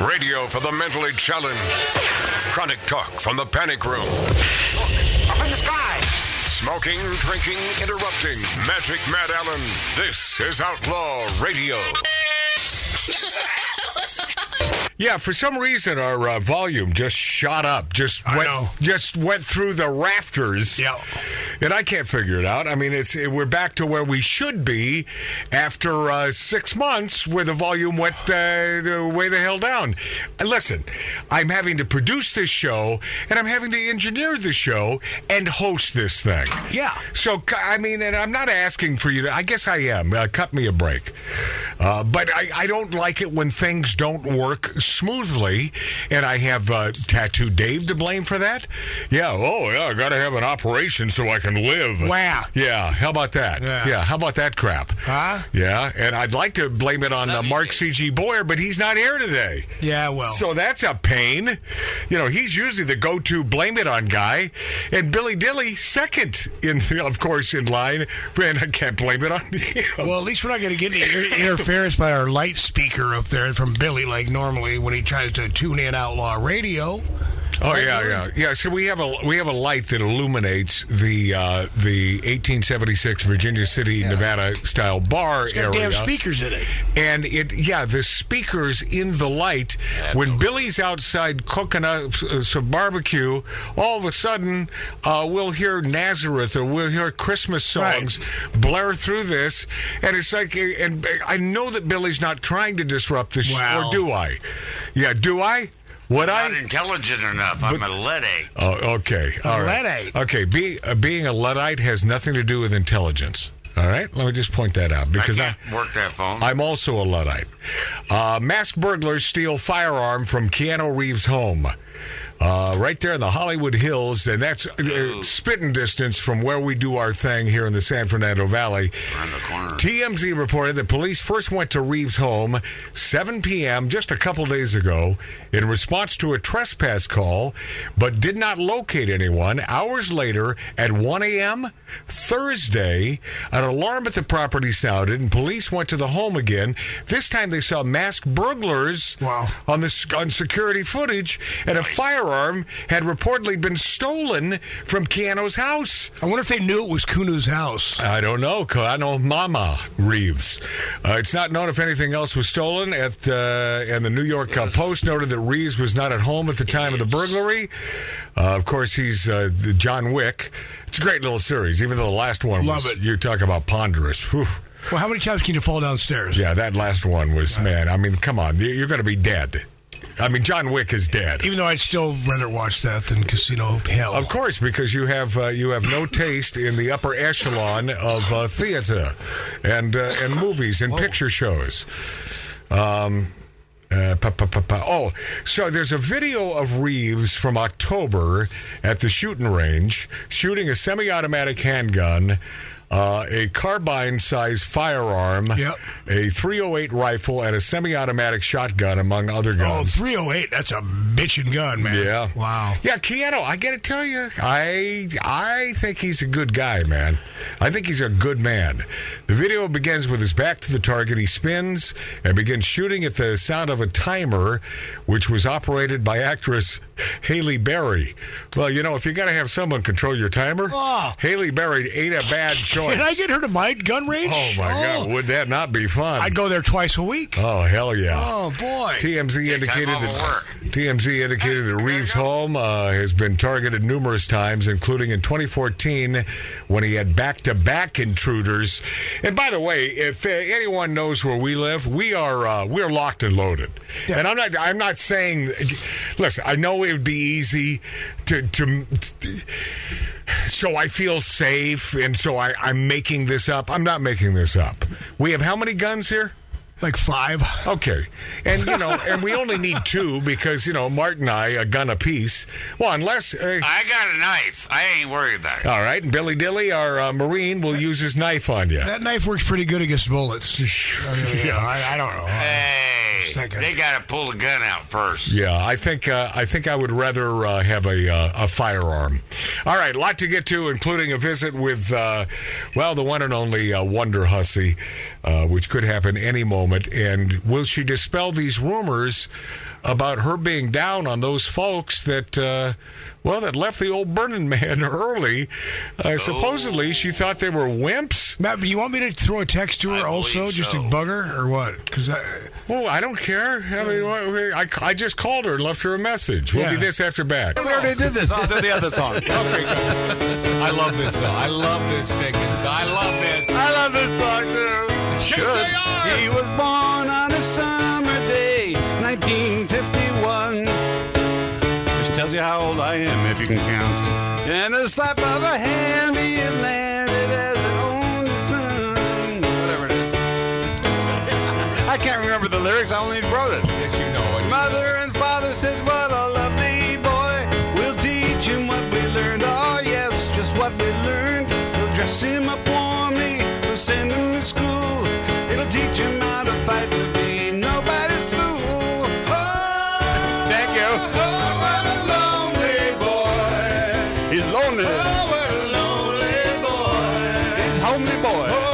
Radio for the mentally challenged. Chronic talk from the panic room. Look, up in the sky. Smoking, drinking, interrupting. Magic Matt Allen. This is Outlaw Radio. Yeah, for some reason our uh, volume just shot up, just I went, know. just went through the rafters. Yeah. and I can't figure it out. I mean, it's it, we're back to where we should be after uh, six months, where the volume went uh, the way the hell down. And listen, I'm having to produce this show, and I'm having to engineer the show and host this thing. Yeah. So c- I mean, and I'm not asking for you to. I guess I am. Uh, cut me a break. Uh, but I, I don't like it when things don't work smoothly, and I have uh, Tattoo Dave to blame for that. Yeah. Oh yeah. I got to have an operation so I can live. Wow. Yeah. How about that? Yeah. How about that crap? Huh? Yeah. And I'd like to blame it on uh, Mark C. G. Boyer, but he's not here today. Yeah, well. So that's a pain. You know, he's usually the go-to blame it on guy, and Billy Dilly second in, of course, in line. And I can't blame it on you. well, at least we're not going to get any inter- interference by our light speaker up there from Billy like normally when he tries to tune in Outlaw Radio. oh yeah, yeah, yeah. So we have a we have a light that illuminates the uh, the 1876 Virginia City, Nevada style bar Got area. damn speakers in it. And it, yeah, the speakers in the light. When Billy's outside cooking up uh, some barbecue, all of a sudden uh, we'll hear Nazareth or we'll hear Christmas songs blare through this, and it's like, uh, and I know that Billy's not trying to disrupt this, Well. or do I? Yeah, do I? Would Not I? intelligent enough. I'm a Luddite. Oh, okay, all right. Luddite. Okay, be, uh, being a luddite has nothing to do with intelligence. All right, let me just point that out I because I. can't work that phone. I'm also a Luddite. Uh, masked burglars steal firearm from Keanu Reeves' home. Uh, right there in the Hollywood Hills, and that's uh, spitting distance from where we do our thing here in the San Fernando Valley. Around the corner. TMZ reported that police first went to Reeves' home 7 p.m. just a couple days ago in response to a trespass call, but did not locate anyone. Hours later, at 1 a.m. Thursday, an alarm at the property sounded, and police went to the home again. This time, they saw masked burglars Wow. on this on security footage, and a firearm had reportedly been stolen from Keanu's house. I wonder if they knew it was Kunu's house. I don't know. Cano Mama Reeves. Uh, it's not known if anything else was stolen. At uh, and the New York uh, Post noted that Reeves was not at home at the time of the burglary. Uh, of course, he's uh, the John Wick. It's a great little series, even though the last one. Love was, it. You talk about ponderous. Whew. Well, how many times can you fall downstairs? Yeah, that last one was man. I mean, come on, You- you're going to be dead. I mean, John Wick is dead. Even though I'd still rather watch that than Casino Hell. Of course, because you have uh, you have no taste in the upper echelon of uh, theater and uh, and movies Oh. and picture shows. Um, uh, pa, pa, pa, pa. Oh, so there's a video of Reeves from October at the shooting range shooting a semi-automatic handgun. Uh, a carbine-sized firearm, Yep. a 308 rifle, and a semi-automatic shotgun, among other guns. Oh, 308, that's a bitchin' gun, man. Yeah. Wow. Yeah, Keanu, I gotta tell you, I I think he's a good guy, man. I think he's a good man. The video begins with his back to the target. He spins and begins shooting at the sound of a timer, which was operated by actress Haley Berry. Well, you know, if you gotta have someone control your timer, Oh. Haley Berry ain't a bad choice. Can I get her to my gun range? oh my God, would that not be fun? I'd go there twice a week. oh hell yeah. Oh, boy. TMZ indicated off of that work. TMZ indicated that Reeves' home uh, has been targeted numerous times, including in 2014 when he had back-to-back intruders. And by the way, if uh, anyone knows where we live, we are uh, we're locked and loaded. And I'm not I'm not saying. Listen, I know it would be easy to to. so I feel safe, and so I, I'm making this up. I'm not making this up. We have how many guns here? like five. Okay, and you know, and we only need two because you know Mart and I a gun apiece. Well, unless uh, I got a knife. I ain't worried about it. all right, and Billy Dilly, our uh, Marine, will use his knife on you. That knife works pretty good against bullets. I mean, yeah, I, I don't know. hey, Second. they got to pull the gun out first. Yeah, I think uh, I think I would rather uh, have a uh, a firearm. All right, lot to get to, including a visit with uh, well the one and only uh, Wonder Hussy. uh, which could happen any moment. And will she dispel these rumors about her being down on those folks that, uh, well, that left the old Burning Man early? Uh, supposedly, she thought they were wimps. Matt, you want me to throw a text to her I also, believe just so. to bug her or what? Because Well, Oh, I don't care. I mean, wha- I, I just called her and left her a message. We'll be Yeah. this after back. We already did this. Oh, do the other song. Okay, I love this though. I love this Stickins. I love this. I love this song too. Should he was born on a summer day, 1951, which tells you how old I am if you can count. And a slap of a hand, he landed as an own son. Whatever it is. I can't remember the lyrics. I only wrote it. yes, you know it. Mother and father said, What a lovely boy. We'll teach him what we learned. Oh, yes, just what we learned. We'll dress him up warmly. We'll send him to school. It'll teach him how to fight to be nobody's fool. Oh, Thank you. Oh, what a lonely boy. He's lonely. Oh, what a lonely boy. He's homely boy. Oh,